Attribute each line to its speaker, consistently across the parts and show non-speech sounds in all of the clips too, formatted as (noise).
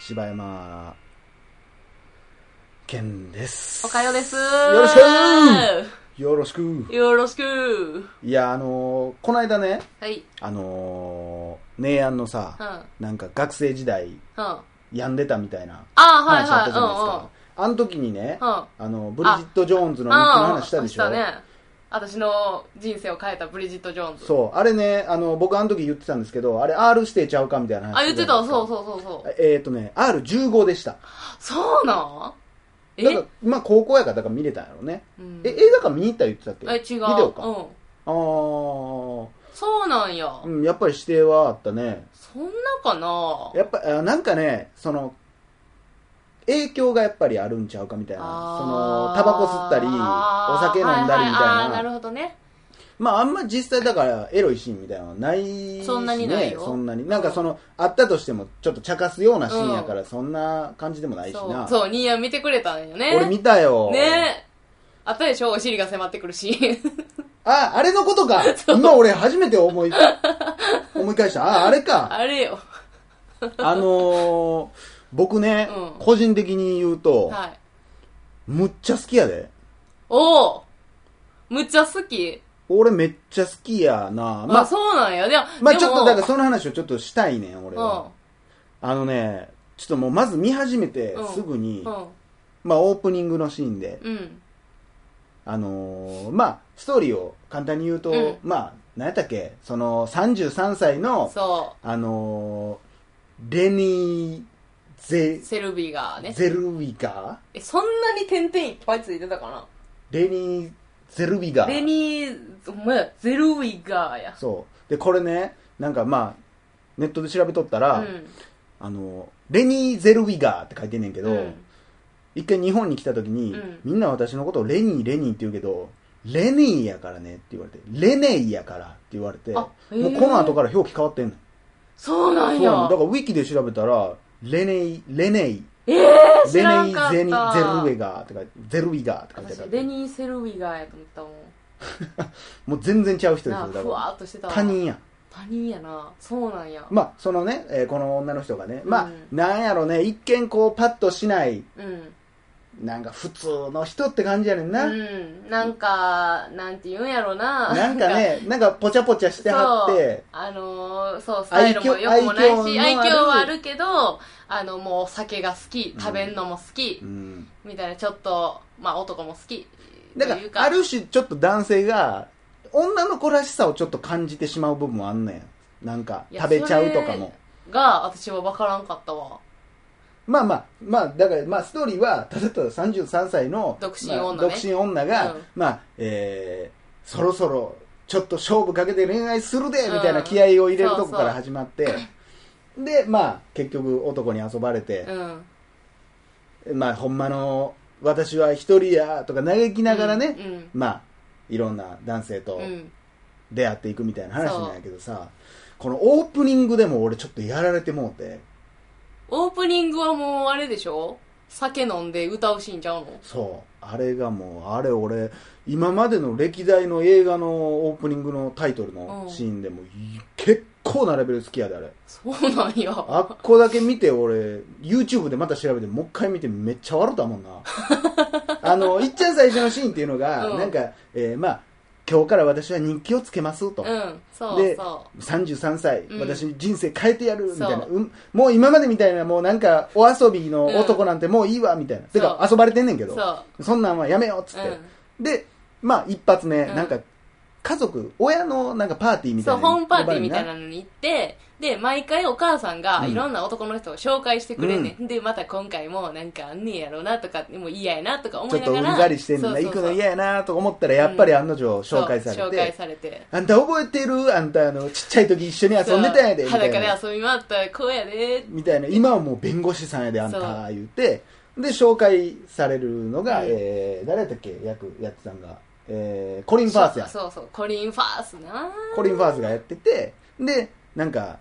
Speaker 1: 柴山健です
Speaker 2: おかよです。
Speaker 1: よろしくよろしく
Speaker 2: よろしく
Speaker 1: いやあのーこの間ね
Speaker 2: はい。うん。
Speaker 1: あのー姉やんのさ、
Speaker 2: うん。
Speaker 1: なんか学生時代
Speaker 2: あ
Speaker 1: 病んでたみたいな
Speaker 2: あ、はい
Speaker 1: 話あっ
Speaker 2: は
Speaker 1: た
Speaker 2: い。
Speaker 1: じゃないですか、あの時にね、
Speaker 2: うんうん。うん。
Speaker 1: あのブリジット・ジョーンズの日記の話したでしょ、
Speaker 2: うんうんしたね。私の人生を変えたブリジット・ジョーンズ。
Speaker 1: そうあれねあの僕あの時言ってたんですけどあれ R 指定ちゃうかみたいな話
Speaker 2: あ、言ってた。そう
Speaker 1: う
Speaker 2: そうそうそう。
Speaker 1: えっ、とね R15 でした
Speaker 2: そうなんえ
Speaker 1: だからまあ高校やからだから見れたんやろうね、
Speaker 2: うん
Speaker 1: え映画館見に行った言ってたっけ
Speaker 2: え、違う。
Speaker 1: ビデオか、
Speaker 2: う
Speaker 1: あ
Speaker 2: ん。
Speaker 1: ー
Speaker 2: そうなんや。
Speaker 1: うんやっぱり指定はあったね
Speaker 2: そんなかな
Speaker 1: やっぱあなんかねその影響がやっぱりあるんちゃうかみたいなそのタバコ吸ったりお酒飲んだりみたいな,、
Speaker 2: あーははあーなるほどね。
Speaker 1: まああんま実際だからエロいシーンみたいなのはないし、ね、
Speaker 2: そんなにないよ
Speaker 1: そんなになんかそのあったとしてもちょっと茶化すようなシーンやからそんな感じでもないし
Speaker 2: そう
Speaker 1: な、
Speaker 2: そう、ニーヤン見てくれたんよね。
Speaker 1: 俺見たよ
Speaker 2: ねあったでしょお尻が迫ってくるシーン。
Speaker 1: ああれのこと
Speaker 2: (laughs)
Speaker 1: か今俺初めて思い思い返したああれか
Speaker 2: (laughs) あれよ。
Speaker 1: あのー僕ね、
Speaker 2: うん
Speaker 1: 個人的に言うと、
Speaker 2: はい。
Speaker 1: むっちゃ好きやで
Speaker 2: おおむっちゃ好き
Speaker 1: 俺めっちゃ好きやなま
Speaker 2: あ、
Speaker 1: あ
Speaker 2: そうなんや。でも、
Speaker 1: まあ
Speaker 2: でも
Speaker 1: ちょっとだからその話をちょっとしたいねん俺
Speaker 2: うん
Speaker 1: は、。あのねちょっともうまず見始めて
Speaker 2: うん
Speaker 1: すぐに、
Speaker 2: うん。
Speaker 1: まあオープニングのシーンで、
Speaker 2: うん。
Speaker 1: あのーまあストーリーを簡単に言うと、
Speaker 2: うん
Speaker 1: まあ何やったっけその33歳の
Speaker 2: そ
Speaker 1: あのーレニーゼ
Speaker 2: う。セルビーがね。
Speaker 1: ゼルビガ
Speaker 2: え、そんなに点々いっぱいついてたか
Speaker 1: レニーゼルビ
Speaker 2: な
Speaker 1: ガ
Speaker 2: レニー、お前、ゼルウィガーや。
Speaker 1: そうでこれねなんかまあネットで調べとった
Speaker 2: う
Speaker 1: ら、
Speaker 2: ん。
Speaker 1: あのレニー・ゼルウィガーって書いてんねんけど、
Speaker 2: うん
Speaker 1: 一回日本に来た時に、
Speaker 2: うん
Speaker 1: みんな私のことをレニーレニーって言うけどレネイやからねって言われてレネイやからって言われて
Speaker 2: あ
Speaker 1: も
Speaker 2: へ
Speaker 1: う
Speaker 2: ー
Speaker 1: この後から表記変わってんの
Speaker 2: そうな
Speaker 1: そ
Speaker 2: ん
Speaker 1: うなの
Speaker 2: や
Speaker 1: だか。らウィキで調べたらレネイレネイ
Speaker 2: えー、知
Speaker 1: レ
Speaker 2: ら
Speaker 1: ネ
Speaker 2: ん
Speaker 1: イ
Speaker 2: かった。
Speaker 1: ゼニゼルウェガーって書いてゼルウィガーって書いてあ
Speaker 2: 私、レ
Speaker 1: る
Speaker 2: ニー・セルウィガーやと思ったもん。
Speaker 1: もう全然違う人です
Speaker 2: なあ
Speaker 1: よだ
Speaker 2: ふ
Speaker 1: か
Speaker 2: わーっとしてた
Speaker 1: ら
Speaker 2: わ
Speaker 1: 他。人やん
Speaker 2: 他人やな。そうなんや。
Speaker 1: まあそのね、えーこの女の人がね、まあ
Speaker 2: うん
Speaker 1: なんやろね一見こうパッとしない
Speaker 2: うん。
Speaker 1: なんか普通の人って感じやねんな、
Speaker 2: うん。なんか、なんて言うんやろな。
Speaker 1: なんか
Speaker 2: (laughs)
Speaker 1: ね、なんかぽちゃぽちゃしてはっ
Speaker 2: そう
Speaker 1: て、
Speaker 2: あのーそうスタイルもよくもないし
Speaker 1: 愛
Speaker 2: 愛
Speaker 1: 嬌の
Speaker 2: 嬌
Speaker 1: ある
Speaker 2: はあるけどあのもうお酒が好き食べんのも好き、
Speaker 1: うん、
Speaker 2: みたいなちょっとまあ男も好き
Speaker 1: だか
Speaker 2: という
Speaker 1: らある種ちょっと男性が女の子らしさをちょっと感じてしまう部分もあんねんなんか
Speaker 2: いや
Speaker 1: 食べちゃうとかも
Speaker 2: が私は分からんかったわ
Speaker 1: まあまあまあだからまあストーリーはただただ33歳の
Speaker 2: 独身女ね
Speaker 1: まあ独身女が、
Speaker 2: うん
Speaker 1: まあえーそろそろちょっと勝負かけて恋愛するで
Speaker 2: うん
Speaker 1: みたいな気合を入れると
Speaker 2: そう
Speaker 1: こ
Speaker 2: そう
Speaker 1: から始まってでまあ結局男に遊ばれて
Speaker 2: う、ん
Speaker 1: まあほんまの私は一人やとか嘆きながらね、
Speaker 2: うん
Speaker 1: まあいろんな男性と
Speaker 2: うん、うん
Speaker 1: 出会っていくみたいな話なんやけどさ、このオープニングでも俺ちょっとやられてもうて
Speaker 2: オープニングはもうあれでしょ酒飲んで歌うシーンちゃうの
Speaker 1: そうあれがもうあれ俺今までの歴代の映画のオープニングのタイトルのシーンでも、結構なレベル好きやであれ
Speaker 2: そうなんや
Speaker 1: あっこだけ見て俺 YouTube でまた調べてもう一回見てめっちゃ笑ったもんな
Speaker 2: (laughs)
Speaker 1: あのいっちゃん最初のシーンっていうのが、
Speaker 2: うん
Speaker 1: なんか、えーまあ今日から私は日記をつけますと、
Speaker 2: うんそう
Speaker 1: で
Speaker 2: そ
Speaker 1: 33歳、
Speaker 2: うん
Speaker 1: 私人生変えてやるみたいな
Speaker 2: そう
Speaker 1: うんもう今までみたいなもうなんかお遊びの男なんてもういいわみたいな、てか遊ばれてんねんけ
Speaker 2: う
Speaker 1: ど
Speaker 2: そ
Speaker 1: そんなんはやめようっつ
Speaker 2: う
Speaker 1: っ
Speaker 2: う
Speaker 1: て、
Speaker 2: ん
Speaker 1: でまあ一発目、
Speaker 2: うん
Speaker 1: なんか家族親のなんかパーティーみた
Speaker 2: そ、
Speaker 1: いうな
Speaker 2: ホームパーティーみたい
Speaker 1: な
Speaker 2: なのに行って、で、毎回お母さんが
Speaker 1: うん
Speaker 2: いろんな男の人を紹介してくれんね、ん。で、また今回もなんかあんねやろなとか、もう嫌やなとか思
Speaker 1: ちょっ
Speaker 2: いなが
Speaker 1: とう
Speaker 2: ら。
Speaker 1: んざりしてんの
Speaker 2: そ
Speaker 1: な
Speaker 2: うそ
Speaker 1: 行
Speaker 2: う
Speaker 1: く
Speaker 2: そう
Speaker 1: の嫌やなと思ったらやっぱり案の定紹介されて、
Speaker 2: そう紹介されて。
Speaker 1: あんた覚えてるあんたあのちっちゃい時一緒に遊んでたんやでみ
Speaker 2: そう
Speaker 1: たい
Speaker 2: 裸
Speaker 1: な
Speaker 2: で遊び回った子やで。
Speaker 1: みたいな今はもう弁護士さんやであん
Speaker 2: そ
Speaker 1: た言ってで紹介されるのが、
Speaker 2: うん
Speaker 1: えー誰やったっけ役やってたんが、えーコリン・ファースや
Speaker 2: そうそうそう、コリン・ファースな
Speaker 1: コリン・ファースがやっててでなんか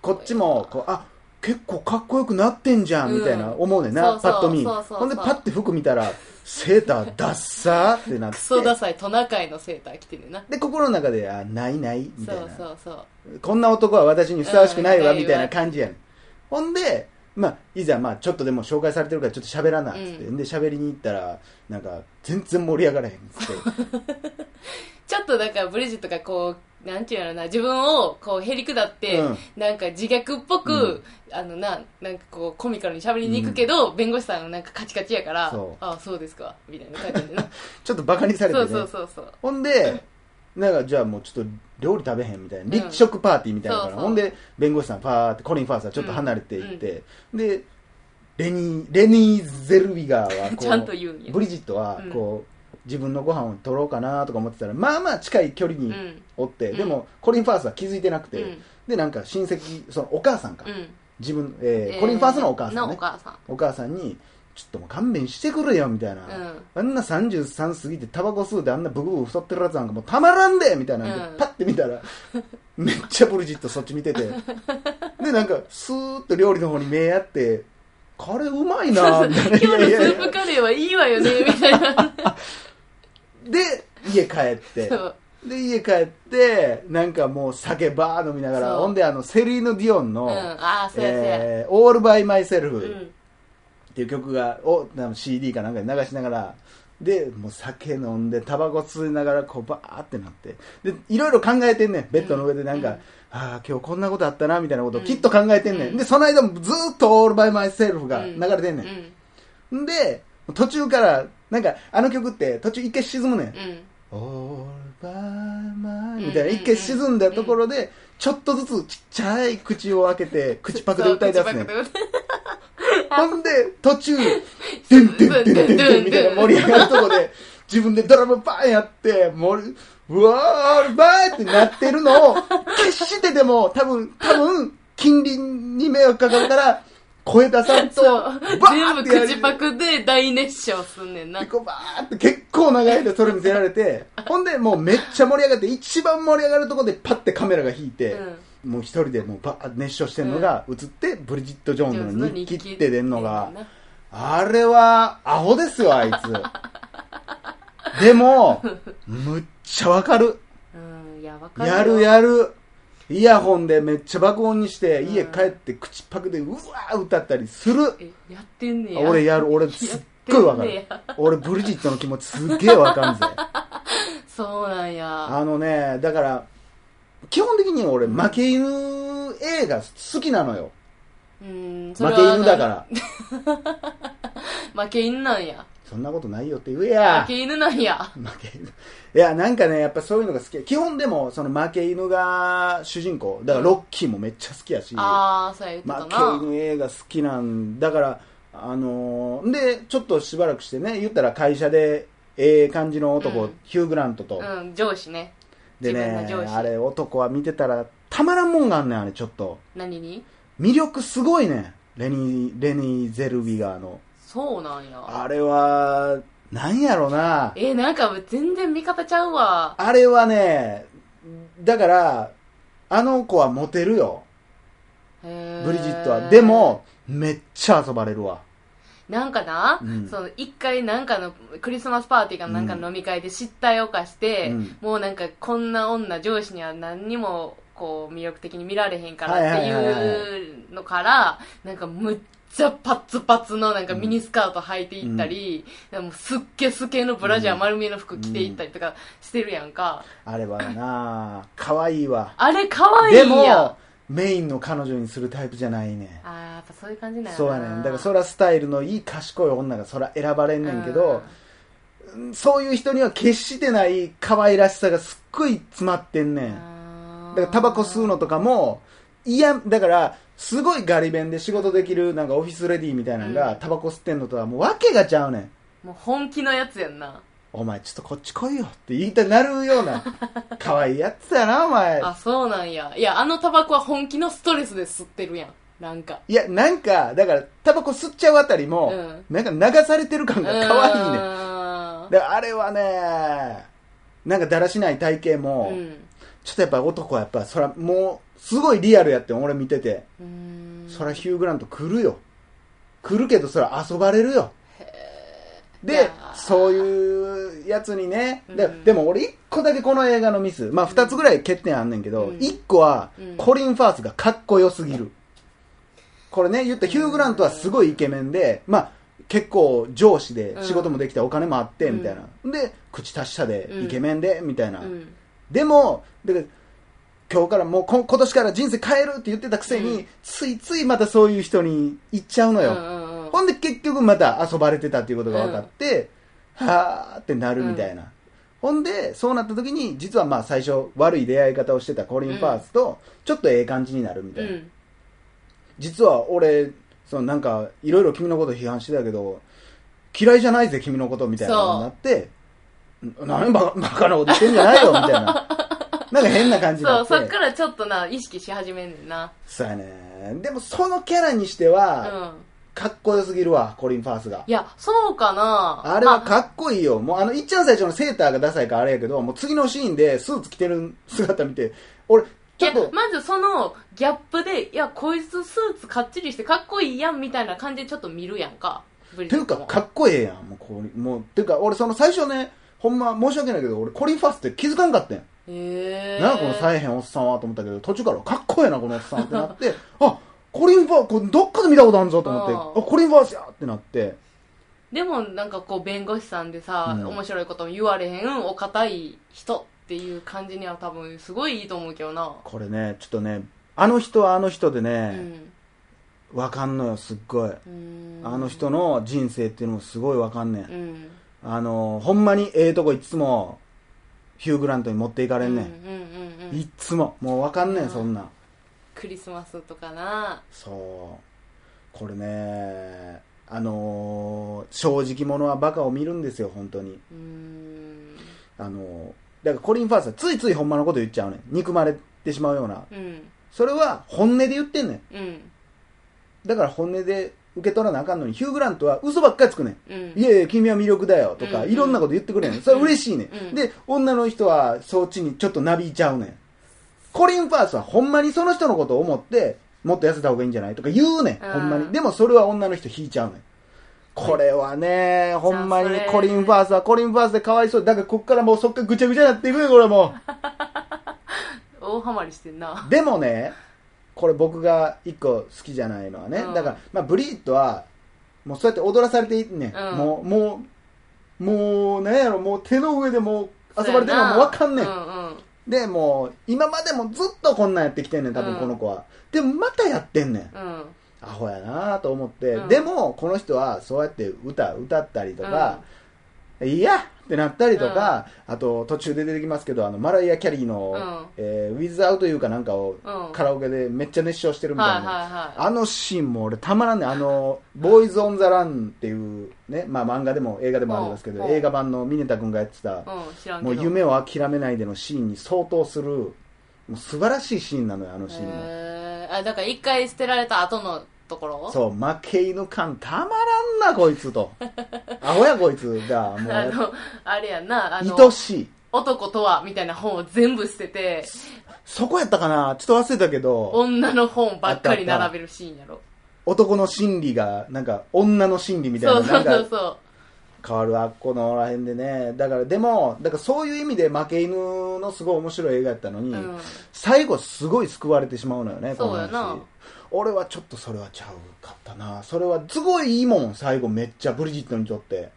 Speaker 1: こっちもこうあ結構かっこよくなってんじゃん、
Speaker 2: うん
Speaker 1: みたいな思うねんな
Speaker 2: そうそう
Speaker 1: パッと見
Speaker 2: そうそうそう
Speaker 1: ほんでパッて服見たらセーターダッサーってなって
Speaker 2: クソダサいトナカイのセーター着てるな。
Speaker 1: で心の中であないないみ
Speaker 2: そ
Speaker 1: たいな
Speaker 2: うそうそう。
Speaker 1: こんな男は私にふさわしくないわ、
Speaker 2: うん
Speaker 1: みたいな感じやねん。ほんで、まあ、いざまあちょっとでも紹介されてるからちょっと喋らなっつって、
Speaker 2: う
Speaker 1: で喋りに行ったらなんか全然盛り上がらへんっつって
Speaker 2: (laughs) ちょっとだからブリジットがこう、なんていうのな、自分をこうへりくだって、
Speaker 1: うん
Speaker 2: なんか自虐っぽく、あのな、なんかこうコミカルに喋りに行くけど、弁護士さんなんかカチカチやから、
Speaker 1: そう
Speaker 2: ああ、そうですか、みたいな感じで
Speaker 1: (laughs)
Speaker 2: な。
Speaker 1: ちょっとバカにされて
Speaker 2: そ
Speaker 1: ね
Speaker 2: うそうそうそう。
Speaker 1: ほんでなんかじゃあもうちょっと料理食べへんみたいな
Speaker 2: うん
Speaker 1: 立食パーティーみたいなのから、
Speaker 2: そうそう
Speaker 1: ほんで弁護士さんパーってコリン・ファースはちょっと離れていって、でレニーレニー・ゼルウィガーは
Speaker 2: ちゃんと言うんや
Speaker 1: ブリジットはこう、自分のご飯を取ろうかなとか思ってたらまあまあ近い距離
Speaker 2: う
Speaker 1: に
Speaker 2: ん。
Speaker 1: おって、
Speaker 2: うん
Speaker 1: でもコリン・ファースは気づいてなく
Speaker 2: う
Speaker 1: て、
Speaker 2: ん。
Speaker 1: でなんか親戚そのお母さんか、
Speaker 2: うん。
Speaker 1: 自分、えーコリン・ファースのお母さん
Speaker 2: の
Speaker 1: ね
Speaker 2: お母さん。
Speaker 1: お母さんにちょっともう勘弁してくれよみたいな、
Speaker 2: う
Speaker 1: あ
Speaker 2: ん
Speaker 1: んな33過ぎてタバコ吸うてあんなブクブク太ってるやつなんかもうたまらんでみたいなんで、
Speaker 2: うん
Speaker 1: パッて見た
Speaker 2: (laughs)
Speaker 1: らめっちゃブリジットそっち見ててでなんかスーッと料理の方に目やってカレーうまいなみたいな
Speaker 2: 今日の
Speaker 1: い
Speaker 2: ス
Speaker 1: やいやい
Speaker 2: ー
Speaker 1: や
Speaker 2: プカレーはいいわ
Speaker 1: (laughs)
Speaker 2: よね、みたいな。
Speaker 1: で家帰って
Speaker 2: そう
Speaker 1: で家帰ってなんかもう酒バー飲みながら
Speaker 2: そう
Speaker 1: ほんであのセリーヌ・ディオンの、
Speaker 2: うん。 (laughs) ああ、そうやそうや。
Speaker 1: えー、オールバイマイセルフ、
Speaker 2: うん。
Speaker 1: っていう曲がを多分 CD かなんかで流しながらでもう酒飲んでタバコ吸いながらこうバーってなってでいろいろ考えてんねんベッドの上でなんか、
Speaker 2: うん
Speaker 1: ああ今日こんなことあったなみたいなことを
Speaker 2: うん
Speaker 1: きっと考えてんねん、
Speaker 2: うん
Speaker 1: でその間もずーっと「オールバイマイセルフが
Speaker 2: うん
Speaker 1: 流れてん
Speaker 2: う
Speaker 1: ねん、
Speaker 2: ん。
Speaker 1: ん、で途中からなんかあの曲って途中一回沈むねん
Speaker 2: うん。
Speaker 1: 「オールバイマイ」
Speaker 2: うん
Speaker 1: みたいな一回沈んだところでちょっとずつちっちゃい口を開けて口パクで歌い出すねん
Speaker 2: そう口パクで歌い
Speaker 1: ほんで、途中、てんてんてんてんてんみたいな盛り上がるとこで、自分でドラムバーンやって、盛り、うわー、バーってなってるのを、決してでも、多分、多分、近隣に迷惑かかるから、声出さんと、
Speaker 2: そう
Speaker 1: バ。ー
Speaker 2: 全
Speaker 1: っ
Speaker 2: 部
Speaker 1: てやる。
Speaker 2: 口パクで大熱唱すんねんな
Speaker 1: で。こうバーって結構長い間それ見せられて、ほんでもうめっちゃ盛り上がって、一番盛り上がるとこでパッてカメラが引いて、もう一人でもうバーって熱唱してんのが映って、ブリジット・ジョーンズの日記って出んのが、あれは、アホですよ、あい
Speaker 2: (laughs)
Speaker 1: つ。でも、むっちゃわかる。
Speaker 2: うん、いや、わかるよ。
Speaker 1: やるやる。イヤホンでめっちゃ爆音にして、
Speaker 2: うん
Speaker 1: 家帰って口パクでうわー歌ったりする。
Speaker 2: え、やってんねや。
Speaker 1: 俺
Speaker 2: や
Speaker 1: やる、俺す
Speaker 2: っ
Speaker 1: っごいわか
Speaker 2: てんね
Speaker 1: る。
Speaker 2: や。
Speaker 1: 俺ブリジットの気持ちすっげーわかん
Speaker 2: (laughs)
Speaker 1: ぜ。
Speaker 2: そうなんや。
Speaker 1: あのね、だから、基本的に俺負け犬映画好きなのよ。
Speaker 2: うん、それ
Speaker 1: 負
Speaker 2: は
Speaker 1: け犬だから。
Speaker 2: ら。負け犬なんや。
Speaker 1: そんなことないよって言えや
Speaker 2: 負。け犬なんや。
Speaker 1: 負け犬いやなんかねやっぱそういうのが好き基本でもその負け犬が主人公だからロッキーもめっちゃ好きやし負
Speaker 2: あー、そうや言ってた
Speaker 1: け
Speaker 2: な。
Speaker 1: 犬映画好きなんだからあのーでちょっとしばらくしてね言ったら会社でええ感じの男、
Speaker 2: うん
Speaker 1: ヒュー・グラントと、
Speaker 2: うん、上司ね。
Speaker 1: でね
Speaker 2: 自分の上司
Speaker 1: あれ男は見てたらたまらんもんがあんねんあれちょっと
Speaker 2: 何に
Speaker 1: 魅力すごいねんレニー・レニーゼルビガーの
Speaker 2: そうなんや。
Speaker 1: あれはなんやろな
Speaker 2: え、なんか全然味方ちゃうわ。
Speaker 1: あれはね、だから、あの子はモテるよ、
Speaker 2: ブ
Speaker 1: ブリジットは。で、も、めっちゃ遊ばれるわ。
Speaker 2: なんかな、
Speaker 1: うん
Speaker 2: その一回なんかのクリスマスパーティーかなんかの飲み会で失態を犯して、
Speaker 1: うん
Speaker 2: もうなんかこんな女上司には何にもこう魅力的に見られへんか
Speaker 1: はい
Speaker 2: らっ
Speaker 1: は
Speaker 2: て
Speaker 1: いはいはい
Speaker 2: いうのから、なんかむっちゃパツパツのなんかミニスカート履いていったり、なんかもうすっけすけのブラジャー丸見えの服着ていったりとかしてるやんか。
Speaker 1: あれはな、可愛いわ。
Speaker 2: あれかわいいや
Speaker 1: で
Speaker 2: ん。
Speaker 1: も、メインの彼女にするタイプじゃないね
Speaker 2: あ。ーやっぱそういう感じなんやな
Speaker 1: そうやねん。だから、そらスタイルのいい賢い女がそら選ばれんねんけど、そういう人には決してない可愛らしさがすっごい詰まってんね。
Speaker 2: うんん、
Speaker 1: だからタバコ吸うのとかも、いや、だから、すごいガリ弁で仕事できる、なんかオフィスレディーみたいなのが、
Speaker 2: うん
Speaker 1: タバコ吸ってんのとはもう訳がちゃうねん。
Speaker 2: もう本気のやつやんな。
Speaker 1: お前ちょっとこっち来いよって言いたくなるよう
Speaker 2: (laughs)
Speaker 1: な、可愛いやつだな、お前。
Speaker 2: あ、そうなんや。いや、あのタバコは本気のストレスで吸ってるやん。なんか。
Speaker 1: いや、なんか、だから、タバコ吸っちゃうあたりも、
Speaker 2: う
Speaker 1: なんか流されてる感が可愛いねん。
Speaker 2: ね。
Speaker 1: だからあれはね、なんかだらしない体型も、
Speaker 2: うん
Speaker 1: ちょっとやっぱ男はやっぱ、そら、もう、すごいリアルやってん俺見てて。
Speaker 2: うーん。
Speaker 1: そらヒュー・グラント来るよ来るけどそら遊ばれるよ
Speaker 2: い
Speaker 1: で
Speaker 2: やー
Speaker 1: そういうやつにねで,、
Speaker 2: うん
Speaker 1: でも俺1個だけこの映画のミスまあ2つぐらい欠点あんねんけど、
Speaker 2: うん
Speaker 1: 1個は
Speaker 2: うん
Speaker 1: コリン・ファースがかっこよすぎる、これね、言ったヒュー・グラントはすごいイケメンで、まあ、結構上司で
Speaker 2: うん
Speaker 1: 仕事もできてお金もあって、
Speaker 2: うん
Speaker 1: みたいな。で、口達者で、
Speaker 2: うん
Speaker 1: イケメンで、みたいな。
Speaker 2: うん
Speaker 1: でも、だから今日からもうこ今年から人生変えるって言ってたくせに、
Speaker 2: うん
Speaker 1: ついついまたそういう人に行っちゃうの
Speaker 2: うんう
Speaker 1: よ。
Speaker 2: んうん
Speaker 1: ほんで結局また遊ばれてたっていうことが分かって、はーってなるみたいな。ほんで、そうなった時に、実はまあ最初悪い出会い方をしてたコリン・ファースと、ちょっとええ感じになるみた
Speaker 2: う
Speaker 1: いな。
Speaker 2: ん
Speaker 1: 実は俺、そのなんか、いろいろ君のこと批判してたけど、嫌いじゃないぜ、君のこと、みたいなことになって、ん何バカバカなこと言ってんじゃ
Speaker 2: (laughs)
Speaker 1: ないよ、みたいな。なんか変な感じに
Speaker 2: そ
Speaker 1: な
Speaker 2: う
Speaker 1: って。
Speaker 2: そっからちょっとな意識し始めんねんな
Speaker 1: そうやね。でもそのキャラにして
Speaker 2: う
Speaker 1: は、
Speaker 2: ん
Speaker 1: かっこよすぎるわ、コリン・ファースが。
Speaker 2: いやそうかな
Speaker 1: あれは
Speaker 2: ま
Speaker 1: かっこいいよ。もうあの、いっちゃん最初のセーターがダサいからあれやけど、もう次のシーンでスーツ着てる姿見て、俺、ちょっ
Speaker 2: いや
Speaker 1: と、
Speaker 2: まずそのギャップでいやこいつスーツかっちりしてかっこいいやんみたいな感じでちょっと見るやんかブリ
Speaker 1: てい
Speaker 2: ジッ
Speaker 1: う
Speaker 2: ト
Speaker 1: か、
Speaker 2: も
Speaker 1: かっこええやん。もうコリン、もう、ていうか、俺その最初ね、ほんま申し訳ないけど、俺コリン・ファースって気づかんかったん。
Speaker 2: へえ
Speaker 1: なんやこのさえへんおっさんはと思ったけど、途中からかっこええな、このおっさんってなって、 (laughs) あ、コリン・ファース、これどっかで見たことあるぞと思って、
Speaker 2: うん
Speaker 1: あ、コリン・ファースやってなって、
Speaker 2: でもなんかこう弁護士さんでさ、
Speaker 1: うん
Speaker 2: 面白いことも言われへんお堅い人っていう感じには多分すごいいいと思うけどな、
Speaker 1: これね、ちょっとね、あの人はあの人で
Speaker 2: う
Speaker 1: ね、
Speaker 2: ん
Speaker 1: わ、かんのよ、すっごい。
Speaker 2: うん
Speaker 1: あの人の人生っていうのもすごいわかんねん。
Speaker 2: うん
Speaker 1: あの、ほんまにええとこいっつも、ヒュー・グラントに持っていかれんね
Speaker 2: うん
Speaker 1: ん。
Speaker 2: うんうんうん
Speaker 1: いっつも。もうわかんね
Speaker 2: うん
Speaker 1: ん、そんなん。
Speaker 2: クリスマスとかな
Speaker 1: そう。これね、あのー正直者はバカを見るんですよ、本当に。
Speaker 2: うん
Speaker 1: あの、だからコリン・ファースはついついほんまのこと言っちゃうねん。憎まれてしまうような。
Speaker 2: うん
Speaker 1: それは本音で言ってんねん。
Speaker 2: うん
Speaker 1: だから本音で受け取らなあかんのに、ヒュー・グラントは嘘ばっかりつくねん。
Speaker 2: うん
Speaker 1: いやいや、君は魅力だよとか、
Speaker 2: うん
Speaker 1: いろんなこと言ってくれんねん。それ嬉しいねん。
Speaker 2: うん
Speaker 1: で、女の人はそっちにちょっとなびいちゃうねん。コリン・ファースはほんまにその人のことを思って、もっと痩せた方がいいんじゃないとか言うねん。
Speaker 2: うん
Speaker 1: ほんまに。でもそれは女の人引いちゃうねん。これはね、ほんまに
Speaker 2: じゃあそれ
Speaker 1: コリン・ファースはコリン・ファースでかわいそう。だからこっからもうそっからぐちゃぐちゃになっていくよ、これもう。
Speaker 2: 大ハマりしてんな
Speaker 1: でもね、これ僕が一個好きじゃないのはね、
Speaker 2: うん
Speaker 1: だから、まあ、ブリットは、もうそうやって踊らされていいね、
Speaker 2: うん
Speaker 1: もう、もう、もう、なんやろ、もう手の上でもう遊ばれてるのはもうわかんねん。
Speaker 2: そうやなうんうん
Speaker 1: で、もう、今までもずっとこんなんやってきてんねん、多
Speaker 2: う
Speaker 1: 分
Speaker 2: ん
Speaker 1: この子は。でも、またやってんねん。
Speaker 2: うん
Speaker 1: アホやなと思って、
Speaker 2: うん
Speaker 1: でも、この人はそうやって歌、歌ったりとか、いやってなったりとか、あと途中で出てきますけどあのマライア・キャリーの、
Speaker 2: うん
Speaker 1: えーウィズ・アウトいうかなんかを、
Speaker 2: うん
Speaker 1: カラオケでめっちゃ熱唱してる
Speaker 2: うん
Speaker 1: みたいな、
Speaker 2: はいはいはい
Speaker 1: あのシーンも俺たまらんねんあの「ボーイズ・オン・ザ・ラン」っていうね、まあ、漫画でも映画でもありますけど、
Speaker 2: うん
Speaker 1: 映画版のミネタ君がやってた、
Speaker 2: うん、知らんけ
Speaker 1: も
Speaker 2: ど
Speaker 1: う夢を諦めないでのシーンに相当するもう素晴らしいシーンなのよあのシーンも、
Speaker 2: へーあだから一回捨てられた後のところ
Speaker 1: そう負け犬感たまらんなこいつと
Speaker 2: (laughs)
Speaker 1: アホやこいつがも
Speaker 2: あ
Speaker 1: う
Speaker 2: のあれやんなあの
Speaker 1: 愛しい
Speaker 2: 男とはみたいな本を全部捨てて
Speaker 1: そこやったかなちょっと忘れたけど、
Speaker 2: 女の本ばっかり並べるシーンやろ
Speaker 1: 男の心理が、なんか、女の心理みたい
Speaker 2: そ
Speaker 1: な、
Speaker 2: うそ
Speaker 1: な
Speaker 2: うんそ
Speaker 1: か
Speaker 2: うそ
Speaker 1: 変わるあっこのらへんでね。だから、でも、だからそういう意味で負け犬のすごい面白い映画やったのに、
Speaker 2: う、うん、
Speaker 1: 最後すごい救われてしまうのよね、この
Speaker 2: そうやな
Speaker 1: 話。俺はちょっとそれはちゃうかったな。それはすごいいいもん、最後めっちゃ、ブリジットにとって。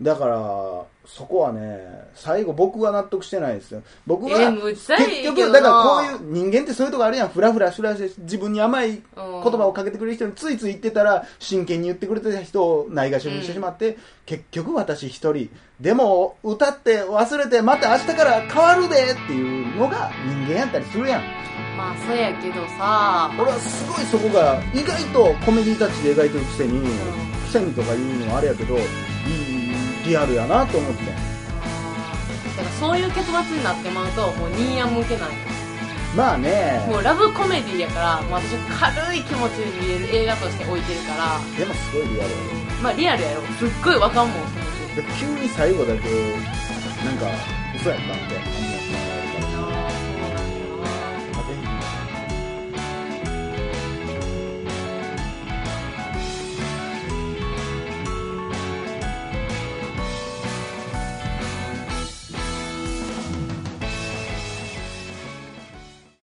Speaker 1: だから、そこはね、最後僕は納得してないですよ。僕は、
Speaker 2: えーむっちゃいい
Speaker 1: 結
Speaker 2: けどな
Speaker 1: 局、だからこういう、人間ってそういうとこあるやん。ふらふらふらして自分に甘い言
Speaker 2: 言
Speaker 1: 葉をかけてくれる人についつい言ってたら真剣に言ってくれてた人をないがしろにしてしまって、結局私一人でも歌って忘れてまた明日から変わるでっていうのが人間やったりするやん
Speaker 2: まあそうやけどさ、
Speaker 1: 俺はすごいそこが意外とコメディタッチで描いてるくせに
Speaker 2: うん
Speaker 1: くせにとかいうのはあれやけどいいリアルやなと思って
Speaker 2: だからそういう結末になってまうともうニーヤン向けない
Speaker 1: まあね
Speaker 2: もうラブコメディやから、もう私は軽い気持ちで見れる映画として置いてるから
Speaker 1: でもすごいリアルや
Speaker 2: まあリアルやろすっごいわかんもんその
Speaker 1: で急に最後だけなんか嘘やったんで